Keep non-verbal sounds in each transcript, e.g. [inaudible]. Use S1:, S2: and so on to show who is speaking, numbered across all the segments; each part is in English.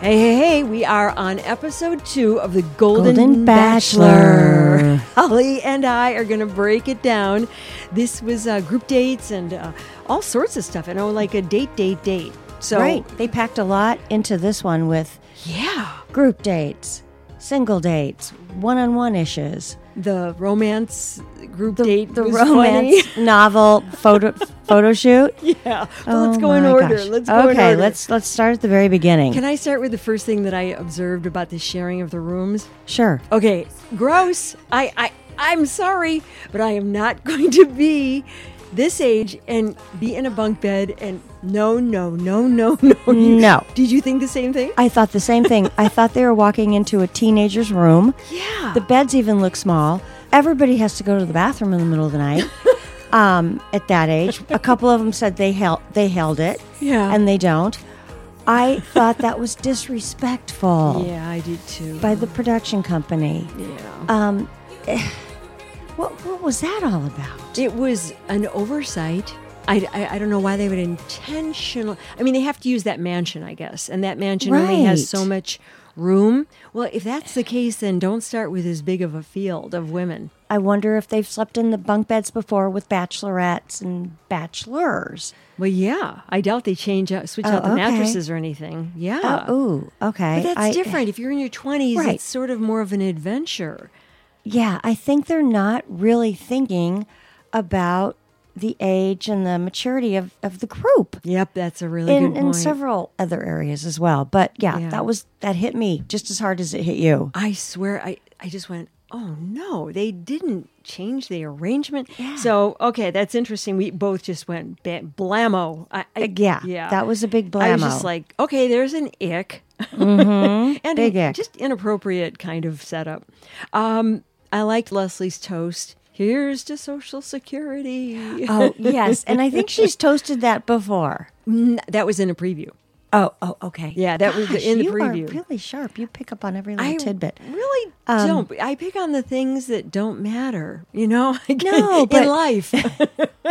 S1: Hey, hey, hey, we are on episode two of The Golden,
S2: Golden
S1: Bachelor.
S2: Bachelor.
S1: [laughs] Holly and I are going to break it down. This was uh, group dates and uh, all sorts of stuff. And oh, like a date, date, date. So,
S2: right. They packed a lot into this one with
S1: yeah,
S2: group dates, single dates, one on one issues,
S1: the romance group
S2: the,
S1: date,
S2: the
S1: was
S2: romance [laughs] novel photo photo shoot.
S1: funny. [laughs] yeah. Well, let's
S2: Oh
S1: go in
S2: my
S1: order.
S2: gosh.
S1: Let's go in
S2: Okay,
S1: order.
S2: let's let's start at the very beginning.
S1: Can I start with the first thing that I observed about the sharing of the rooms?
S2: sure.
S1: Okay, gross. I, I I'm sorry, but I am not [laughs] going to be this age and be in a bunk bed and no, no, no, no, [laughs] no. You-
S2: No.
S1: Did you think the same thing?
S2: I thought the same thing. I thought they were walking into a teenager's room.
S1: Yeah.
S2: The beds even look small. Everybody has to go to the bathroom in the middle of the
S1: [laughs]
S2: night. um, at that age, a couple of them said they held they held it.
S1: Yeah.
S2: and they don't. I thought that was disrespectful
S1: [laughs] yeah, I did too.
S2: by the production company.
S1: yeah.
S2: Um, eh, what what was that all about?
S1: It was an oversight. I, I, I don't know why they would intentional. I mean, they have to use that mansion, I guess, and that mansion only has
S2: Right.
S1: so much room. Well, if that's the case, then don't start with as big of a field of women.
S2: I wonder if they've slept in the bunk beds before with bachelorettes and bachelors.
S1: Well, yeah, I doubt they change out, switch
S2: Oh,
S1: out the
S2: okay.
S1: mattresses or anything. Yeah,
S2: Oh, ooh, okay.
S1: but that's
S2: I-
S1: different. If you're in your twenties,
S2: Right.
S1: it's sort of more of an adventure.
S2: Yeah, I think they're not really thinking about the age and the maturity of, of the group.
S1: Yep, that's a really
S2: In,
S1: good
S2: in
S1: point.
S2: several other areas as well, but yeah,
S1: Yeah.
S2: that was that hit me just as hard as it hit you.
S1: I swear, I I just went, oh no, they didn't change the arrangement. So okay, that's interesting. We both just went ba- blammo. I, I,
S2: Yeah,
S1: yeah,
S2: that was a big blammo. Mm-hmm.
S1: I was just like, okay, there's an ick. [laughs] and
S2: Big
S1: an-
S2: ick.
S1: just inappropriate kind of setup. Um, I liked Leslie's toast. Here's to Social Security.
S2: oh yes, and I think she's toasted that before.
S1: Mm, that was in a preview.
S2: Oh, oh, okay.
S1: Yeah, that was the-
S2: Gosh,
S1: in the
S2: you
S1: preview.
S2: Are really sharp. You pick up on every little
S1: I
S2: tidbit. Um,
S1: really don't. I pick on the things that don't matter, you know, [laughs]
S2: No,
S1: in
S2: but- [laughs]
S1: life.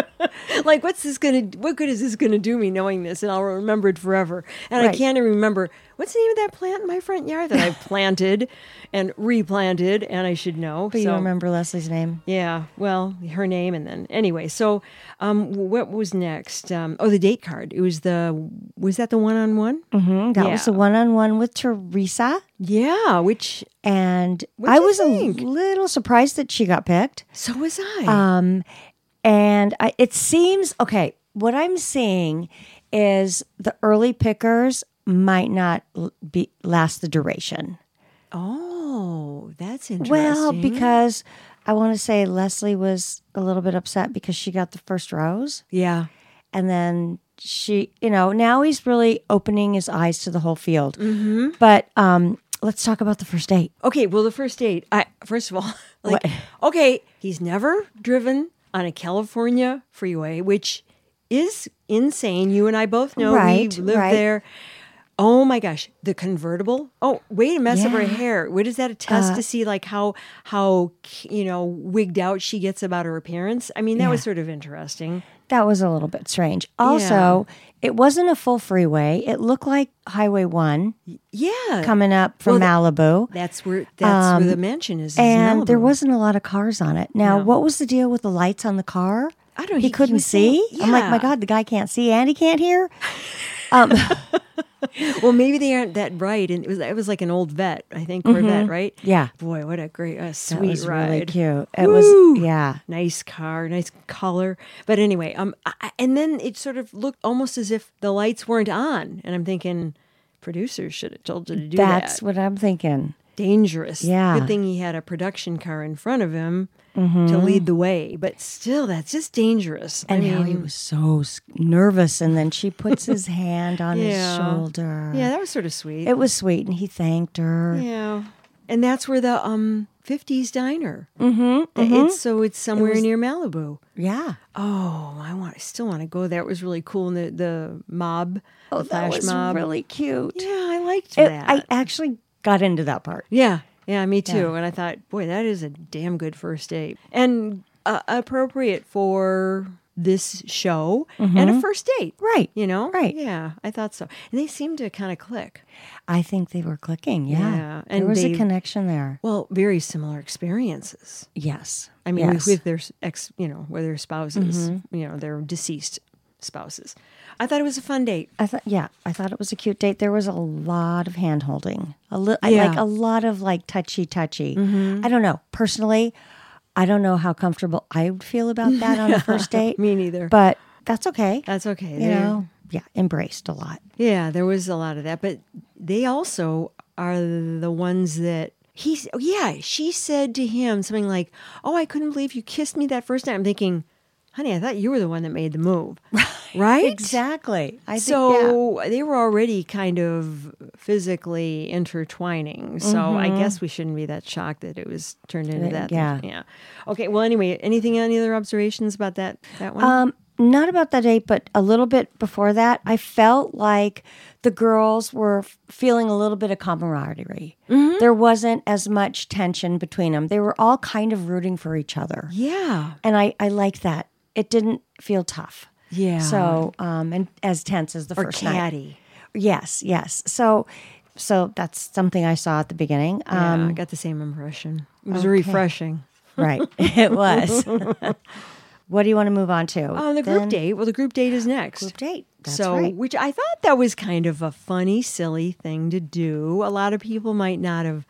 S1: [laughs] like, what's this going to, what good is this going to do me knowing this? And I'll remember it forever. And I
S2: Right.
S1: can't even remember what's the name of that plant in my front yard that I
S2: [laughs]
S1: planted and replanted, and I should know.
S2: But you
S1: So-
S2: remember Leslie's name?
S1: Yeah, well, her name, and then anyway. So, um, what was next? Um, oh, the date card. It was the was that the one on one?
S2: Mm-hmm. That was the
S1: Yeah.
S2: one-on-one with Teresa,
S1: Yeah, which
S2: and
S1: What'd
S2: I
S1: you
S2: was
S1: think?
S2: a little surprised that she got picked.
S1: so was I.
S2: Um, and I, it seems okay. What I'm seeing is the early pickers might not l- be last the duration.
S1: Oh, that's interesting.
S2: Well, because I want to say Leslie was a little bit upset because she got the first rose.
S1: yeah,
S2: And then she, you know, now he's really opening his eyes to the whole field.
S1: Mm-hmm.
S2: But um, let's talk about the first date.
S1: okay. Well, the first date. I first of all, [laughs] like, okay, he's never driven on a California freeway, which is insane. You and I both know
S2: Right,
S1: we live
S2: right.
S1: there. Oh my gosh, the convertible. Oh, way to mess up her
S2: Yeah. Uh,
S1: hair. What does that attest to see? Like how how you know wigged out she gets about her appearance. I mean, that was sort of interesting.
S2: That was a little bit strange. Also, it wasn't a full freeway, it looked like Highway 1
S1: Yeah,
S2: coming up from Malibu.
S1: that's where that's where the mansion is. is
S2: Um, And there
S1: Malibu.
S2: wasn't a lot of cars on it. Now,
S1: No.
S2: what was the deal with the lights on the car?
S1: I don't.
S2: he, couldn't
S1: was saying-
S2: see. I'm like, my
S1: Yeah.
S2: God, the guy can't see and he can't hear.
S1: Well, maybe they aren't that bright, and it was it was like an old vet, I think Corvette, right?
S2: Mm-hmm. Yeah,
S1: Boy, what a great, a
S2: that
S1: sweet
S2: was
S1: ride.
S2: really cute. It
S1: Woo!
S2: was, yeah.
S1: Nice car, nice color. But anyway, um, I, I- and then it sort of looked almost as if the lights weren't on, and I'm thinking. Producers should have told you to do
S2: That's
S1: that.
S2: what I'm thinking.
S1: Dangerous.
S2: Yeah. Mm-hmm.
S1: Good thing he had a production car in front of him to lead the way. But still, that's just dangerous.
S2: And
S1: I
S2: how he
S1: mean,
S2: was so s- nervous, and then she puts [laughs] his hand on
S1: Yeah.
S2: his shoulder.
S1: yeah, that was sort of sweet.
S2: It was sweet, and he thanked her.
S1: yeah, and that's where the um '50s diner
S2: Mm-hmm.
S1: Th- It's so it's somewhere near Malibu.
S2: Yeah.
S1: Oh, I want. I still want to go there. It was really cool. And the the mob,
S2: Oh,
S1: the flash
S2: that was
S1: mob.
S2: really cute.
S1: yeah, I liked
S2: It-
S1: that.
S2: I actually got into that part.
S1: yeah, yeah, me too. And I thought, boy, that is a damn good first date and uh, appropriate for this show and a first date.
S2: Right.
S1: You know?
S2: Mm-hmm. Right.
S1: Yeah, I thought so. And they seemed to kind of click.
S2: I think they were clicking. Yeah.
S1: Yeah,
S2: there
S1: and
S2: was
S1: they-
S2: a connection there.
S1: Well, very similar experiences.
S2: Yes.
S1: I mean,
S2: yes. Mm-hmm.
S1: with their s- ex, you know, where their spouses, you know, their deceased spouses. I thought it was a fun date.
S2: I thought, yeah, I thought it was a cute date. There was a lot of hand holding, a li- I
S1: Yeah. Mm-hmm.
S2: like a lot of like touchy touchy. I don't know personally. I don't know how comfortable I would feel
S1: [laughs]
S2: about that on a first date.
S1: Me neither.
S2: But that's okay.
S1: That's okay.
S2: you
S1: They're-
S2: know, yeah, embraced a lot.
S1: Yeah, there was a lot of that, but they also are the ones that he's. oh, Yeah, she said to him something like, "Oh, I couldn't believe you kissed me that first night." I'm thinking, "Honey, I thought you were the one that made the
S2: [laughs]
S1: move, right?"
S2: Exactly. I think, yeah.
S1: So they were already kind of physically intertwining. So I guess we shouldn't be that shocked that it was turned into
S2: Uh,
S1: that.
S2: Mm-hmm. yeah.
S1: Yeah. Okay. Well, anyway, anything? Any other observations about that? That one?
S2: Um, not about that date, but a little bit before that, I felt like the girls were f- feeling a little bit of camaraderie.
S1: Mm-hmm.
S2: There wasn't as much tension between them. They were all kind of rooting for each other.
S1: yeah.
S2: And I, I like that. It didn't feel tough.
S1: Yeah.
S2: So, um, and as tense as the
S1: Or
S2: first night.
S1: catty.
S2: Yes, yes. So, so that's something I saw at the beginning.
S1: Yeah,
S2: Um,
S1: I got the same impression. It was refreshing. [laughs]
S2: Right. [laughs] It was. what do you want to move on to?
S1: Oh, the group date. Well, the group date is next.
S2: Group date. That's
S1: so,
S2: right.
S1: which I thought that was kind of a funny, silly thing to do. A lot of people might not have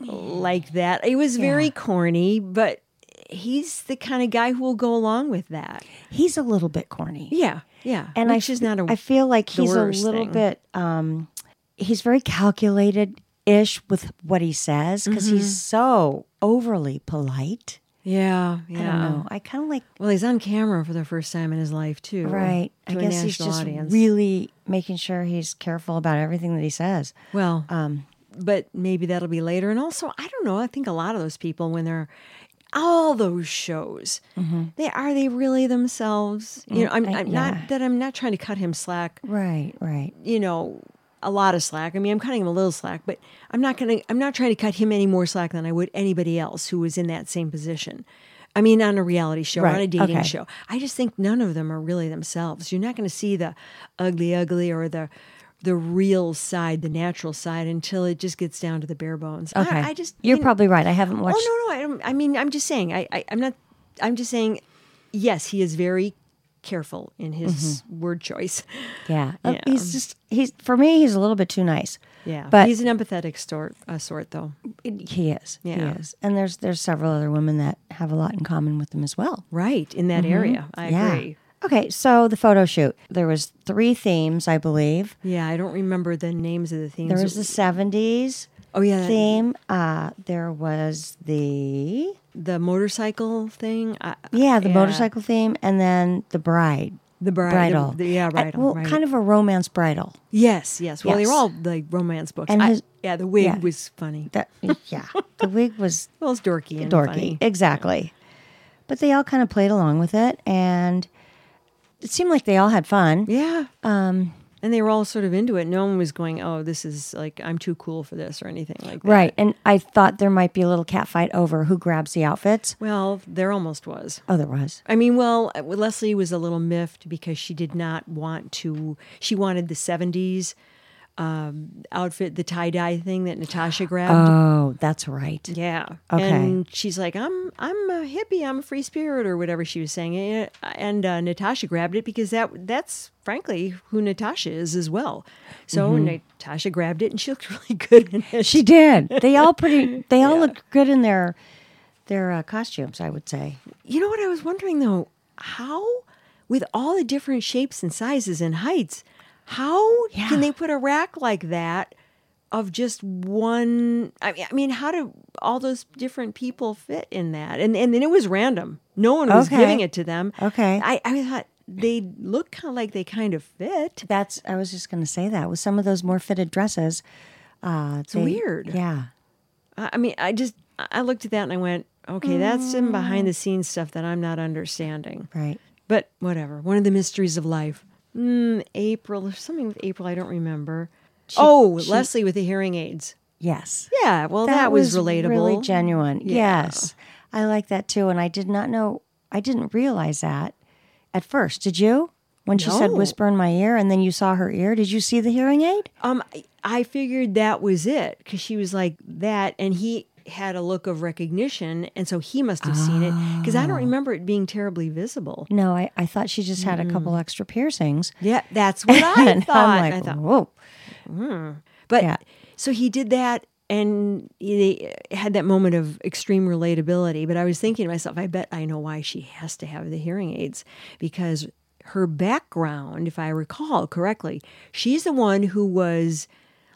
S1: liked that. It was very corny, but he's the kind of guy who will go along with that.
S2: He's a little bit corny.
S1: Yeah, yeah.
S2: and
S1: which
S2: I,
S1: is not a
S2: I feel like
S1: the
S2: he's a
S1: worst
S2: little
S1: thing.
S2: bit. Um, he's very calculated ish with what he says because he's
S1: Mm-hmm.
S2: so overly polite.
S1: yeah,
S2: I don't
S1: yeah.
S2: know. I kind of like
S1: Well, he's on camera for the first time in his life too.
S2: right.
S1: to
S2: I
S1: a
S2: guess he's
S1: national
S2: just
S1: audience.
S2: really making sure he's careful about everything that he says.
S1: Well, Um, but maybe that'll be later. And also, I don't know. I think a lot of those people, when they're all those shows, they are they really themselves? You know, I'm,
S2: Mm-hmm. Mm, I-
S1: I'm
S2: yeah.
S1: not that I'm not trying to cut him slack.
S2: Right. Right.
S1: You know, a lot of slack. I mean, I'm cutting him a little slack, but I'm not gonna. I'm not trying to cut him any more slack than I would anybody else who was in that same position. I mean, on a reality show, on a
S2: Right,
S1: dating
S2: okay.
S1: show. I just think none of them are really themselves. You're not going to see the ugly, ugly, or the the real side, the natural side, until it just gets down to the bare bones. I-
S2: Okay.
S1: I, just
S2: You're
S1: you know-
S2: probably right. I haven't watched.
S1: Oh no, no. I, don't, I mean, I'm just saying. I, I, I'm not. I'm just saying. Yes, he is very careful in his
S2: Mm-hmm.
S1: word choice.
S2: Yeah. Uh,
S1: Yeah.
S2: He's just he's for me he's a little bit too nice.
S1: Yeah,
S2: But
S1: he's an empathetic sort, uh, sort though.
S2: he is.
S1: Yeah.
S2: He is. And there's there's several other women that have a lot in common with him as well.
S1: Right in
S2: Mm-hmm.
S1: that area, I agree.
S2: Okay, so the photo shoot. There was three themes, I believe.
S1: Yeah, I don't remember the names of the themes.
S2: There was the 70s
S1: oh yeah, that-
S2: theme. Uh, there was the
S1: the motorcycle thing. I,
S2: yeah, the motorcycle theme and then the bride.
S1: the bride, the-
S2: Bridal.
S1: the- yeah,
S2: Uh,
S1: bridal.
S2: well,
S1: right.
S2: kind of a romance bridal.
S1: Yes, yes. Well, they
S2: Yes.
S1: were all like romance books.
S2: And
S1: I-
S2: his-
S1: yeah, the wig
S2: yeah.
S1: was funny. [laughs]
S2: That yeah. the wig was
S1: Well, it's dorky and
S2: dorky.
S1: funny.
S2: Exactly. But they all kind of played along with it and it seemed like they all had fun.
S1: Yeah. Um, and they were all sort of into it. No one was going, "Oh, this is like I'm too cool for this" or anything like that.
S2: Right. And I thought there might be a little cat fight over who grabs the outfits.
S1: Well, there almost was.
S2: Oh, there was.
S1: I mean, well, Leslie was a little miffed because she did not want to. She wanted the '70s um, outfit, the tie dye thing that
S2: [gasps]
S1: Natasha grabbed.
S2: Oh, that's right.
S1: Yeah.
S2: Okay.
S1: And she's like, I'm I'm a hippie. I'm a free spirit, or whatever she was saying. Eh, And uh, Natasha grabbed it because that that's frankly who Natasha is as well. So
S2: Mm-hmm.
S1: Natasha grabbed it, and she looked [laughs] really good in it.
S2: She did. They
S1: [laughs]
S2: all pretty. They all looked good in their their uh, costumes. I would say.
S1: You know what I was wondering though? How, with all the different shapes and sizes and heights, how
S2: Yeah.
S1: can they put a rack like that of just one? I mean, I mean, how do all those different people fit in that? And and then it was random. No one was
S2: Okay.
S1: giving it to them.
S2: Okay.
S1: I, I thought they look kind of like they kind of fit.
S2: That's. I was just going to say that with some of those more fitted dresses. Uh, it's
S1: weird.
S2: Yeah.
S1: I I mean, I just I looked at that and I went, okay, that's
S2: Mm.
S1: some behind the scenes stuff that I'm not understanding.
S2: Right.
S1: But whatever. One of the mysteries of life. Mm, April. There's something with April I don't remember. oh, Leslie with the hearing aids.
S2: Yes.
S1: Yeah. Well, that, was, relatable.
S2: Really genuine. Yes. I like that too, and I did not know. I didn't realize that at first. Did you? When she said
S1: No.
S2: whisper in my ear and then you saw her ear, did you see the hearing aid?
S1: Um, I- I figured that was it because she was like that, and he had a look of recognition, and so he must have seen it because I don't remember it being terribly visible.
S2: No, I, I thought she just had a couple extra piercings.
S1: Yeah, that's what Mm. [laughs] I
S2: And
S1: thought.
S2: I'm
S1: I
S2: like,
S1: thought,
S2: whoa.
S1: but
S2: yeah.
S1: so he did that. And they had that moment of extreme relatability. But I was thinking to myself, I bet I know why she has to have the hearing aids because her background, if I recall correctly, she's the one who was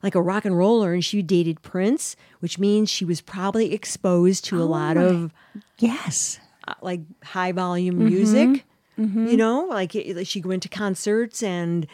S1: like a rock and roller and she dated Prince, which means she was probably exposed to a lot of
S2: Yes.
S1: uh, like high volume music. You know, like it- she went to concerts and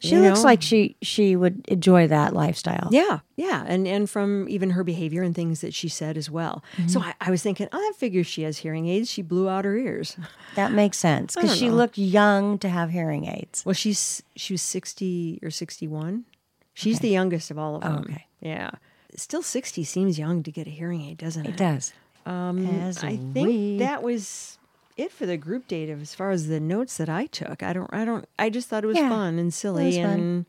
S2: She
S1: you
S2: looks
S1: know?
S2: like she she would enjoy that lifestyle.
S1: Yeah, yeah, and and from even her behavior and things that she said as well. So
S2: Mm-hmm.
S1: I, I was thinking, oh, that figures she has hearing aids. She blew out her ears.
S2: That makes sense because
S1: don't
S2: she
S1: know.
S2: looked young to have hearing aids.
S1: Well, she's she was sixty or sixty one. She's the youngest of all of them.
S2: Oh, okay.
S1: Yeah, still sixty seems young to get a hearing aid, doesn't it?
S2: It does.
S1: Um,
S2: As
S1: I think
S2: we-
S1: that was it for the group date. As far as the notes that I took, I don't, I don't, I just thought it was
S2: Yeah,
S1: fun and silly
S2: was fun.
S1: and.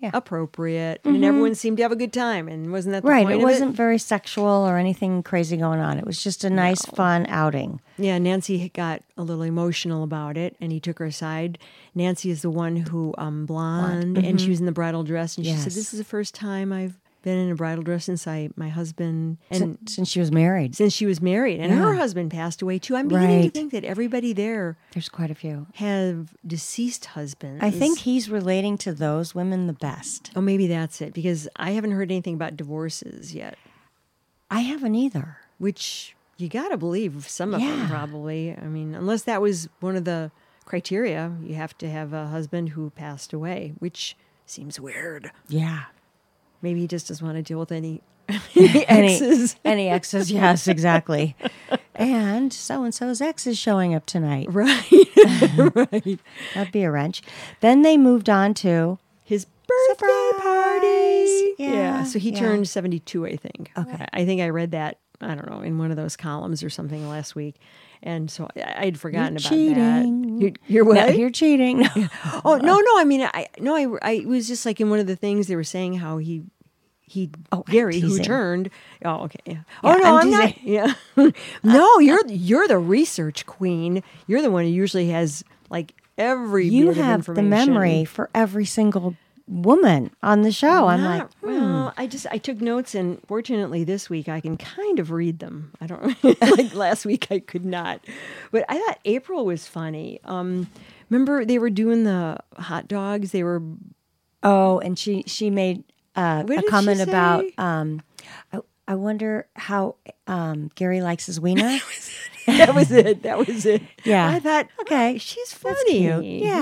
S2: Yeah. Mm-hmm.
S1: Appropriate, and everyone seemed to have a good time, and wasn't that the
S2: Right.
S1: Point
S2: It
S1: of
S2: wasn't very sexual or anything crazy going on. It was just a nice, fun outing.
S1: Yeah, Nancy had got a little emotional about it, and he took her aside. Nancy is the one who um, blonde, and she was in the bridal dress, and she said,
S2: Mm-hmm. Yes.
S1: "This is the first time I've been in a bridal dress since I my husband and
S2: Sin- since she was married,
S1: since she was married, and her husband passed away too." I'm beginning to
S2: Right.
S1: think that everybody there
S2: there's quite a few.
S1: have deceased husbands.
S2: I think he's relating to those women the best.
S1: Oh, maybe that's it because I haven't heard anything about divorces yet.
S2: I haven't either.
S1: Which you got to believe some of them
S2: Yeah.
S1: probably. I mean, unless that was one of the criteria, you have to have a husband who passed away, which seems weird.
S2: Yeah.
S1: Maybe he just doesn't want to deal with any, [laughs] any
S2: Any-
S1: exes.
S2: [laughs] Any exes? Yes, [laughs] exactly. and so and so's ex is showing up tonight.
S1: Right.
S2: That'd be a wrench. Then they moved on to
S1: His birthday party.
S2: Yeah,
S1: So he
S2: yeah.
S1: turned 72, I think. Okay. I think I read that, I don't know, in one of those columns or something last week. And so I I'd forgotten about
S2: cheating.
S1: that. You're, you're what?
S2: no, you're cheating. [laughs] No.
S1: Oh no, no. I mean, I no, I, I it was just like in one of the things they were saying how he he
S2: Oh, I'm
S1: Gary who
S2: teasing.
S1: turned. Oh, okay. Yeah. oh no, I'm,
S2: I'm
S1: not. [laughs] Yeah. Uh, no, you're you're the research queen. You're the one who usually has like every
S2: you
S1: bit of
S2: have the
S1: information.
S2: memory for every single woman on the show. I'm
S1: Not-
S2: like,
S1: well, I just I took notes, and fortunately, this week I can kind of read them. I don't [laughs] like last week I could not, but I thought April was funny. Um, remember they were doing the hot dogs. They were
S2: oh, and she she made uh,
S1: What
S2: a
S1: did she
S2: comment about.
S1: say?
S2: Um, I, I wonder how um, Gary likes his
S1: [laughs]
S2: wiener.
S1: that was it. That was it.
S2: Yeah.
S1: I thought,
S2: okay,
S1: she's funny.
S2: cute. Yeah,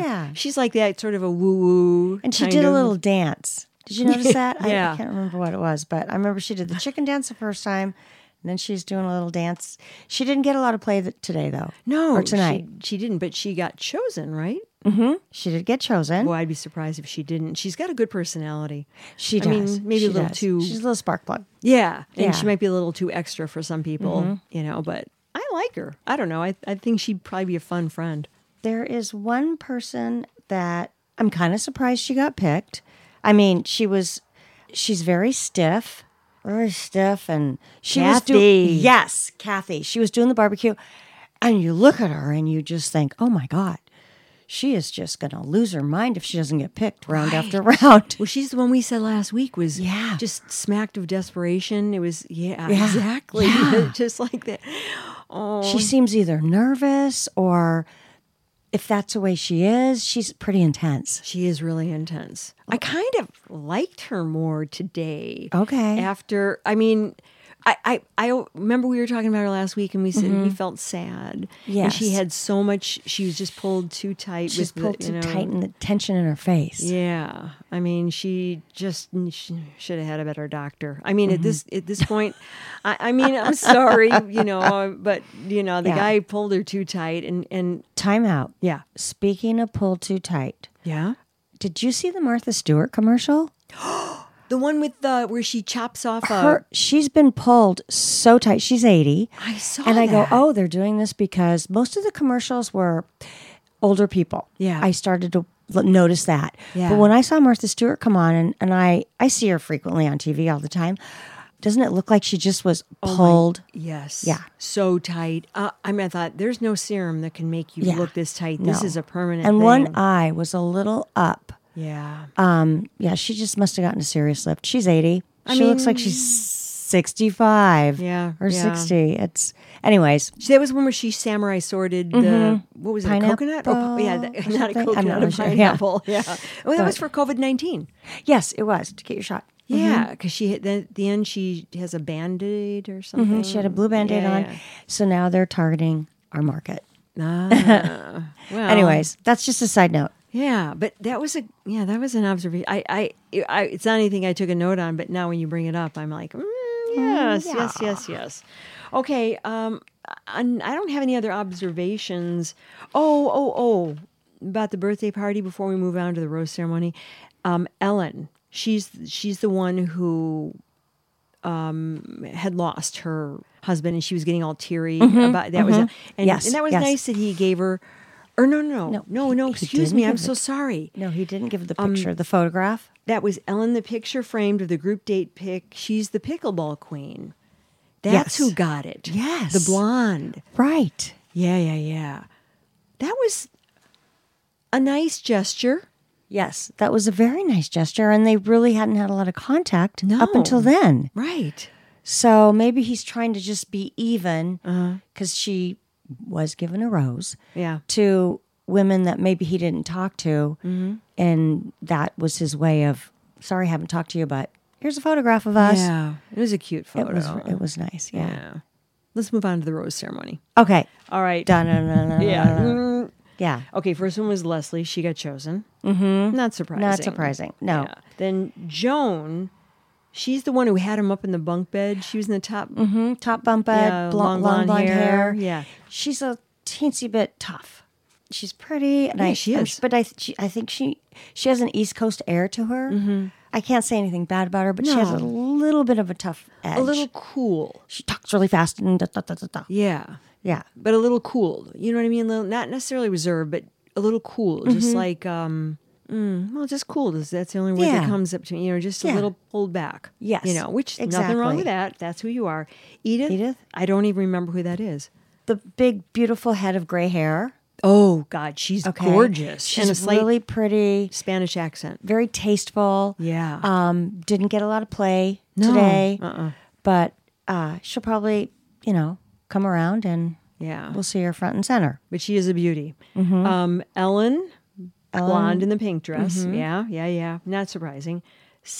S2: yeah.
S1: She's like that sort of a woo woo.
S2: and she did a little dance. Did
S1: [laughs]
S2: you notice that? I- I,
S1: Yeah.
S2: can't remember what it was, but I remember she did the chicken dance the first time, and then she's doing a little dance. She didn't get a lot of play th- today, though.
S1: No,
S2: or
S1: she-
S2: tonight.
S1: She, didn't, but she got chosen, right?
S2: She did get chosen.
S1: Well, I'd be surprised if she didn't. She's got a good personality.
S2: She
S1: I
S2: does.
S1: mean, maybe
S2: She
S1: a little
S2: does.
S1: too-
S2: She's a little spark plug.
S1: Yeah. And
S2: Yeah. Mm-hmm.
S1: she might be a little too extra for some people, you know, but I like her. I don't know. I, I think she'd probably be a fun friend.
S2: There is one person that I'm kind of surprised she got picked. I mean, she was, she's very stiff, very stiff, and she was
S1: Kathy.
S2: doing yes, Kathy. She was doing the barbecue, and you look at her and you just think, oh my god, she is just gonna lose her mind if she doesn't get picked round after [laughs] round.
S1: Well, she's the one we said last week was
S2: Yeah.
S1: just smacked of desperation. It was, yeah,
S2: Yeah.
S1: exactly. [laughs] just like that. Oh,
S2: She seems either nervous or, if that's the way she is, she's pretty intense.
S1: She is really intense. I kind of liked her more today.
S2: Oh. Okay.
S1: After, I mean, I, I, I remember we were talking about her last week and we said we felt sad. And she
S2: Mm-hmm. Yes.
S1: had so much, she was just pulled too tight.
S2: She's
S1: with
S2: pulled
S1: the,
S2: to
S1: you know,
S2: tighten the tension in her face.
S1: Yeah. I mean, she just she should have had a better doctor. I mean,
S2: Mm-hmm.
S1: at this at this point, I, I mean, I'm sorry,
S2: [laughs]
S1: you know, but, you know, the
S2: Yeah.
S1: guy pulled her too tight and, and
S2: Timeout.
S1: yeah.
S2: Speaking of pull too tight,
S1: Yeah.
S2: did you see the Martha Stewart commercial?
S1: The one with the where she chops off a.
S2: her she's been pulled so tight. She's 80.
S1: I saw
S2: And I go,
S1: that.
S2: "Oh, they're doing this because most of the commercials were older people."
S1: Yeah.
S2: I started to l- notice that.
S1: Yeah.
S2: But when I saw Martha Stewart come on and and I I see her frequently on TV all the time, doesn't it look like she just was
S1: Oh
S2: pulled?
S1: Yes.
S2: Yeah.
S1: So tight. Uh, I mean, I thought there's no serum that can make you
S2: Yeah.
S1: look this tight. This
S2: No.
S1: is a permanent.
S2: and one
S1: thing.
S2: eye was a little up.
S1: yeah.
S2: Um, yeah, she just must have gotten a serious lift. She's 80. she looks like she's 65
S1: Yeah,
S2: or
S1: yeah.
S2: 60. It's anyways,
S1: So that was one where she samurai sorted the what was it? A coconut? Oh, yeah,
S2: Pineapple
S1: that,
S2: Mm-hmm. or
S1: not a
S2: something? I'm
S1: coconut.
S2: not
S1: a
S2: really sure. Yeah.
S1: pineapple.
S2: [laughs]
S1: Yeah. Well, that was for COVID nineteen.
S2: yes, it was to get your shot.
S1: Yeah, because she at the, at the end she has a band aid or something.
S2: And She had a blue band-aid
S1: Yeah,
S2: on.
S1: yeah.
S2: So now they're targeting our market. [laughs]
S1: Ah,
S2: Oh.
S1: well,
S2: Anyways, that's just a side note.
S1: Yeah, but that was a yeah that was an observation. I, I I it's not anything I took a note on, but now when you bring it up, I'm like, mm,
S2: Oh,
S1: yes, yes, yes, yes. Okay, um, and I don't have any other observations. Oh, oh, oh, about the birthday party before we move on to the rose ceremony. Um, Ellen, she's she's the one who um, had lost her husband and she was getting all teary about that was and,
S2: Mm-hmm, Yes,
S1: and that was
S2: yes.
S1: nice that he gave her or no no no
S2: No,
S1: no
S2: he-
S1: no
S2: he
S1: excuse
S2: didn't
S1: me I'm
S2: give
S1: so
S2: it.
S1: sorry
S2: No, he didn't give the picture, the photograph.
S1: that was Ellen the picture framed of the group date pic she's the pickleball queen that's
S2: Yes.
S1: who got it
S2: Yes.
S1: the blonde
S2: Right.
S1: yeah yeah yeah that was a nice gesture
S2: Yes, that was a very nice gesture, and they really hadn't had a lot of contact up
S1: No.
S2: until then.
S1: right
S2: So maybe he's trying to just be even because she was given a rose
S1: yeah
S2: to women that maybe he didn't talk to.
S1: Mm-hmm.
S2: And that was his way of, sorry, I haven't talked to you, but here's a photograph of us.
S1: yeah it was a cute photo
S2: It was, it was nice. Yeah.
S1: yeah let's move on to the rose ceremony
S2: Okay.
S1: all right
S2: Dun, dun, dun, dun,
S1: yeah.
S2: dun, dun.
S1: Mm.
S2: Yeah.
S1: Okay, first one was Leslie. She got chosen. Mm-hmm. Not surprising.
S2: Not surprising. No.
S1: Yeah. Then Joan, she's the one who had him up in the bunk bed. She was in the top.
S2: Mhm. Top bump bed,
S1: Yeah,
S2: blo-
S1: long
S2: long,
S1: blonde
S2: blonde
S1: hair.
S2: hair.
S1: Yeah.
S2: She's a teensy bit tough. She's pretty, and
S1: Yeah,
S2: I,
S1: she
S2: I'm-
S1: is.
S2: But I, th- she, I think she she has an East Coast air to her. I can't say anything bad about her, but she has a
S1: Mm-hmm. No.
S2: little bit of a tough edge.
S1: A little cool.
S2: She talks really fast and da, da, da, da, da.
S1: Yeah.
S2: yeah.
S1: But a little cool. You know what I mean? Little- Not necessarily reserved, but a little cool.
S2: Mm-hmm.
S1: Just like, um, mm, well, just cool. That's that's the only word that
S2: Yeah.
S1: comes up to me. You know, just a
S2: Yeah.
S1: little pulled back.
S2: Yes,
S1: You know, which nothing wrong with
S2: exactly.
S1: that. That's who you are. Edith.
S2: Edith?
S1: I don't even remember who that is.
S2: The big, beautiful head of gray hair.
S1: Oh God, she's
S2: Okay.
S1: gorgeous.
S2: She's
S1: and a slight
S2: really pretty,
S1: Spanish accent.
S2: very tasteful.
S1: Yeah.
S2: Um, didn't get a lot of play
S1: No.
S2: today,
S1: Uh-uh.
S2: but uh, she'll probably, you know, come around and
S1: Yeah.
S2: we'll see her front and center.
S1: But she is a beauty.
S2: Mm-hmm.
S1: Um, Ellen, blonde in the pink dress.
S2: Mm-hmm.
S1: Yeah, yeah, yeah. Not surprising.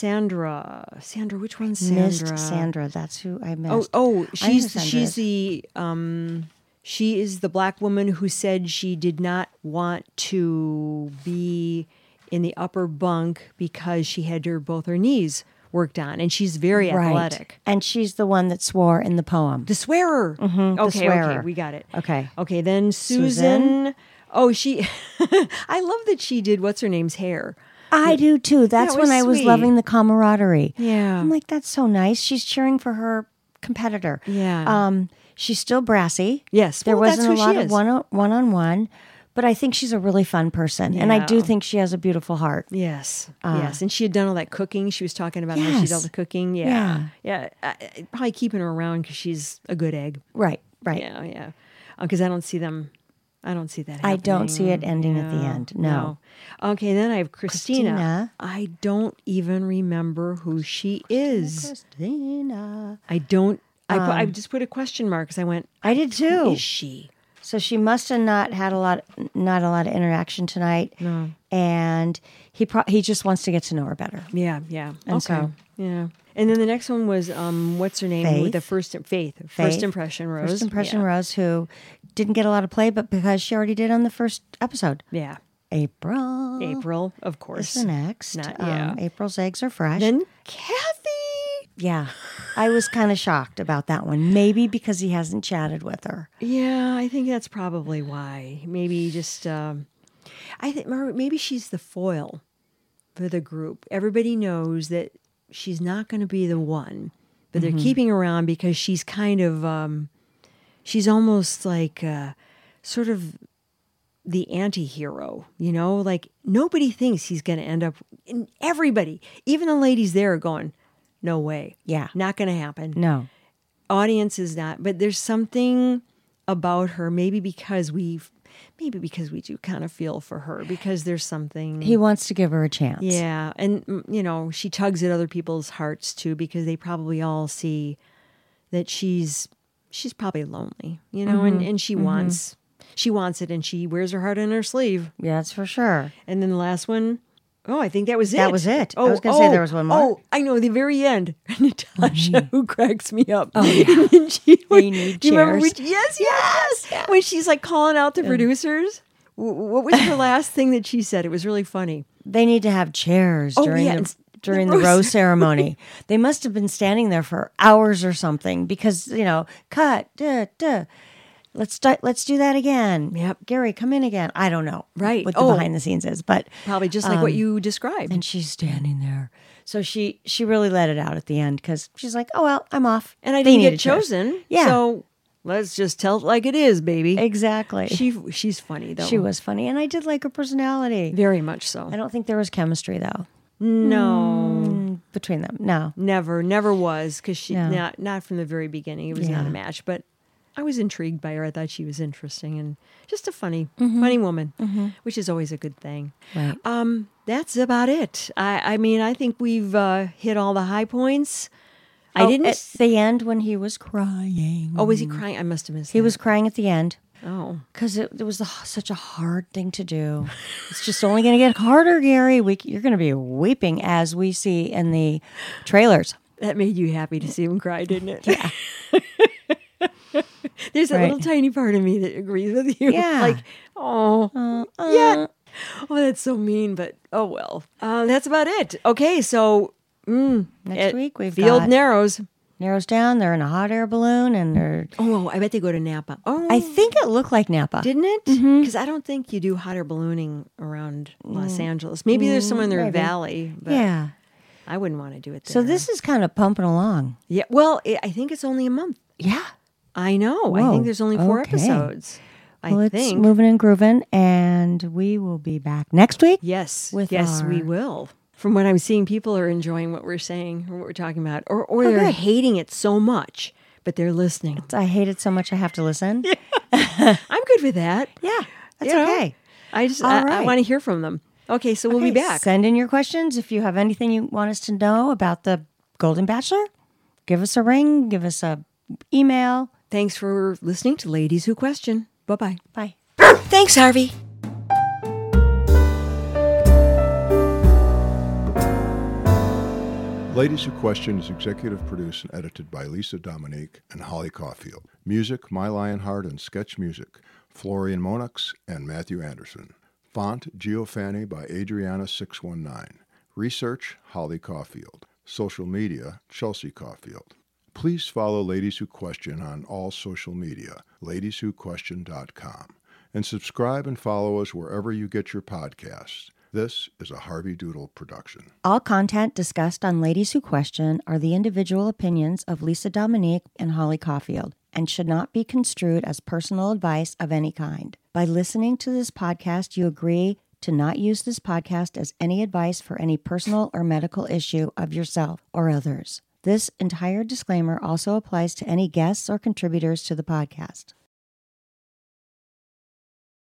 S1: Sandra. Sandra, which one's Sandra?
S2: Missed Sandra. That's who I
S1: Oh,
S2: missed.
S1: oh,
S2: I know who
S1: she's
S2: Sandra
S1: she's
S2: is.
S1: the um she is the black woman who said she did not want to be in the upper bunk because she had her both her knees worked on and she's very athletic.
S2: And she's the one that swore in the poem.
S1: The swearer. okay, okay,
S2: Mm-hmm. swearer.
S1: we got it.
S2: Okay.
S1: Okay, then Susan. Oh, she. [laughs] I love that she did what's her name's hair.
S2: I do too. That's
S1: it was
S2: when I was
S1: sweet.
S2: loving the camaraderie.
S1: Yeah.
S2: I'm like, that's so nice. She's cheering for her competitor.
S1: Yeah.
S2: Um, she's still brassy.
S1: Yes.
S2: There
S1: Well, that's
S2: wasn't
S1: who
S2: a
S1: she
S2: lot
S1: is.
S2: of one one on one, but I think she's a really fun person. And I do
S1: Yeah.
S2: think she has a beautiful heart.
S1: Yes. yes. And she had done all that cooking. She was talking about how she did all
S2: Uh. Yes.
S1: the cooking. Yeah. Yeah. I- I- probably keeping her around because she's a good egg.
S2: Right, right.
S1: Yeah. Yeah. Because I don't see them. I don't see that.
S2: I don't see it
S1: happening.
S2: ending at the end, no.
S1: Okay. Then I have Christina.
S2: Christina.
S1: I don't even remember who she is.
S2: Christina.
S1: I don't. I, put,
S2: Um.
S1: I just put a question mark because I went.
S2: I did too.
S1: Is she?
S2: So she must have not had a lot, not a lot of interaction tonight. No. And he pro- he just wants to get to know her better.
S1: Yeah, yeah.
S2: And
S1: okay.
S2: so-
S1: yeah. And then the next one was um what's her name? With
S2: Faith.
S1: the first Faith.
S2: Faith.
S1: First impression Rose.
S2: First impression
S1: yeah.
S2: Rose, who didn't get a lot of play, but because she already did on the first episode,
S1: Yeah.
S2: April.
S1: April, of
S2: is
S1: course.
S2: the next.
S1: Not- yeah.
S2: um, April's eggs are fresh.
S1: Then Kathy.
S2: yeah, I was kind of shocked about that one. Maybe because he hasn't chatted with her.
S1: Yeah, I think that's probably why. Maybe just um I think maybe she's the foil for the group. Everybody knows that she's not going to be the one, but they're keeping her around because she's kind of um, she's almost like uh, sort of the anti-hero you know like nobody thinks he's going to end up and everybody even the ladies there are going no way
S2: Yeah.
S1: not going to happen
S2: No.
S1: audience is not, but there's something about her, maybe because we maybe because we do kind of feel for her because there's something
S2: He wants to give her a chance.
S1: yeah and mm, you know she tugs at other people's hearts too because they probably all see that she's she's probably lonely you know and, and she wants she wants it and she wears her heart on her sleeve
S2: Yeah, that's for sure.
S1: and then the last one oh I think that was it.
S2: That was it. I was gonna say there was one more. Mm-hmm.
S1: Oh, I know the very end. [laughs] Natasha, who cracks me up. Oh yeah. [laughs] and she,
S2: We need
S1: do you remember
S2: chairs.
S1: which, yes, yes, When she's like calling out the producers. W- What was her last thing that she said? It was really funny.
S2: They need to have chairs
S1: Oh,
S2: during
S1: yeah,
S2: the,
S1: it's-
S2: during
S1: the
S2: the
S1: rose [laughs]
S2: rose ceremony. they must have been standing there for hours or something because you know, cut, duh, duh. Let's start, let's do that again.
S1: Yep.
S2: Gary, come in again. I don't know
S1: Right.
S2: what the
S1: Oh.
S2: behind the scenes is, but
S1: Probably just like what you described.
S2: Um, and she's standing there. So she she really let it out at the end because she's like, oh well, I'm off,
S1: And I
S2: They
S1: didn't
S2: needed
S1: get
S2: chairs.
S1: chosen.
S2: Yeah.
S1: So let's just tell it like it is, baby.
S2: exactly. She,
S1: She she's funny though.
S2: she was funny, and I did like her personality.
S1: very much so.
S2: I don't think there was chemistry though
S1: No.
S2: between them. No,
S1: Never, never was because she
S2: Yeah.
S1: not not from the very beginning. It was not a
S2: Yeah.
S1: match, but I was intrigued by her. I thought she was interesting and just a funny,
S2: Mm-hmm.
S1: funny woman, which is always a good thing.
S2: right?
S1: Um, that's about it. I, I mean, I think we've uh, hit all the high points. I didn't.
S2: At the end when he was crying,
S1: oh, was he crying? I must have missed.
S2: Mm. he was crying at the end
S1: Oh,
S2: because it, it was a, such a hard thing to do. It's just only going to get harder, Gary. We, you're going to be weeping as we see in the trailers.
S1: that made you happy to see him cry, didn't it? Yeah. [laughs] There's a
S2: Right.
S1: little tiny part of me that agrees with you.
S2: Yeah.
S1: Like, oh,
S2: Uh,
S1: yeah. Oh, that's so mean, but oh well. Uh, that's about it. Okay, so mm,
S2: Next
S1: at
S2: week we've
S1: Field
S2: got
S1: Narrows.
S2: narrows down. They're in a hot air balloon, and they're.
S1: Oh, I bet they go to Napa. Oh,
S2: I Mm-hmm. think it looked like Napa.
S1: didn't it? Because I don't think you do hot air ballooning around Los Angeles. Maybe there's some in their
S2: Mm. maybe.
S1: valley, but
S2: yeah.
S1: I wouldn't want to do it there.
S2: So this is kind of pumping along.
S1: yeah. Well, i I think it's only a month.
S2: Yeah.
S1: I know. I
S2: Whoa,
S1: think there's only four
S2: okay.
S1: episodes. I
S2: Well, it's
S1: think.
S2: moving and grooving, and we will be back next week.
S1: Yes.
S2: with
S1: yes, we
S2: our-
S1: will. From what I'm seeing, people are enjoying what we're saying or what we're talking about, or or they're
S2: Oh, good.
S1: hating it so much, but they're listening.
S2: I hate it so much I have to listen. Yeah,
S1: I'm good with that.
S2: that's
S1: You know?
S2: okay.
S1: I just
S2: All
S1: I, I
S2: right.
S1: want to hear from them. Okay, so we'll be
S2: Okay,
S1: back.
S2: Send in your questions if you have anything you want us to know about the Golden Bachelor. Give us a ring. Give us a email.
S1: Thanks for listening to Ladies Who Question. Bye bye.
S2: Bye.
S1: Thanks, Harvey.
S3: Ladies Who Question is executive produced and edited by Lisa Dominique and Holly Caulfield. Music, My Lionheart and Sketch Music, Florian Monax and Matthew Anderson. Font, Geofani by Adriana619. Research, Holly Caulfield. Social media, Chelsea Caulfield. Please follow Ladies Who Question on all social media, ladieswhoquestion.com, and subscribe and follow us wherever you get your podcasts. This is a Harvey Doodle production.
S2: All content discussed on Ladies Who Question are the individual opinions of Lisa Dominique and Holly Caulfield and should not be construed as personal advice of any kind. By listening to this podcast, you agree to not use this podcast as any advice for any personal or medical issue of yourself or others. This entire disclaimer also applies to any guests or contributors to the podcast.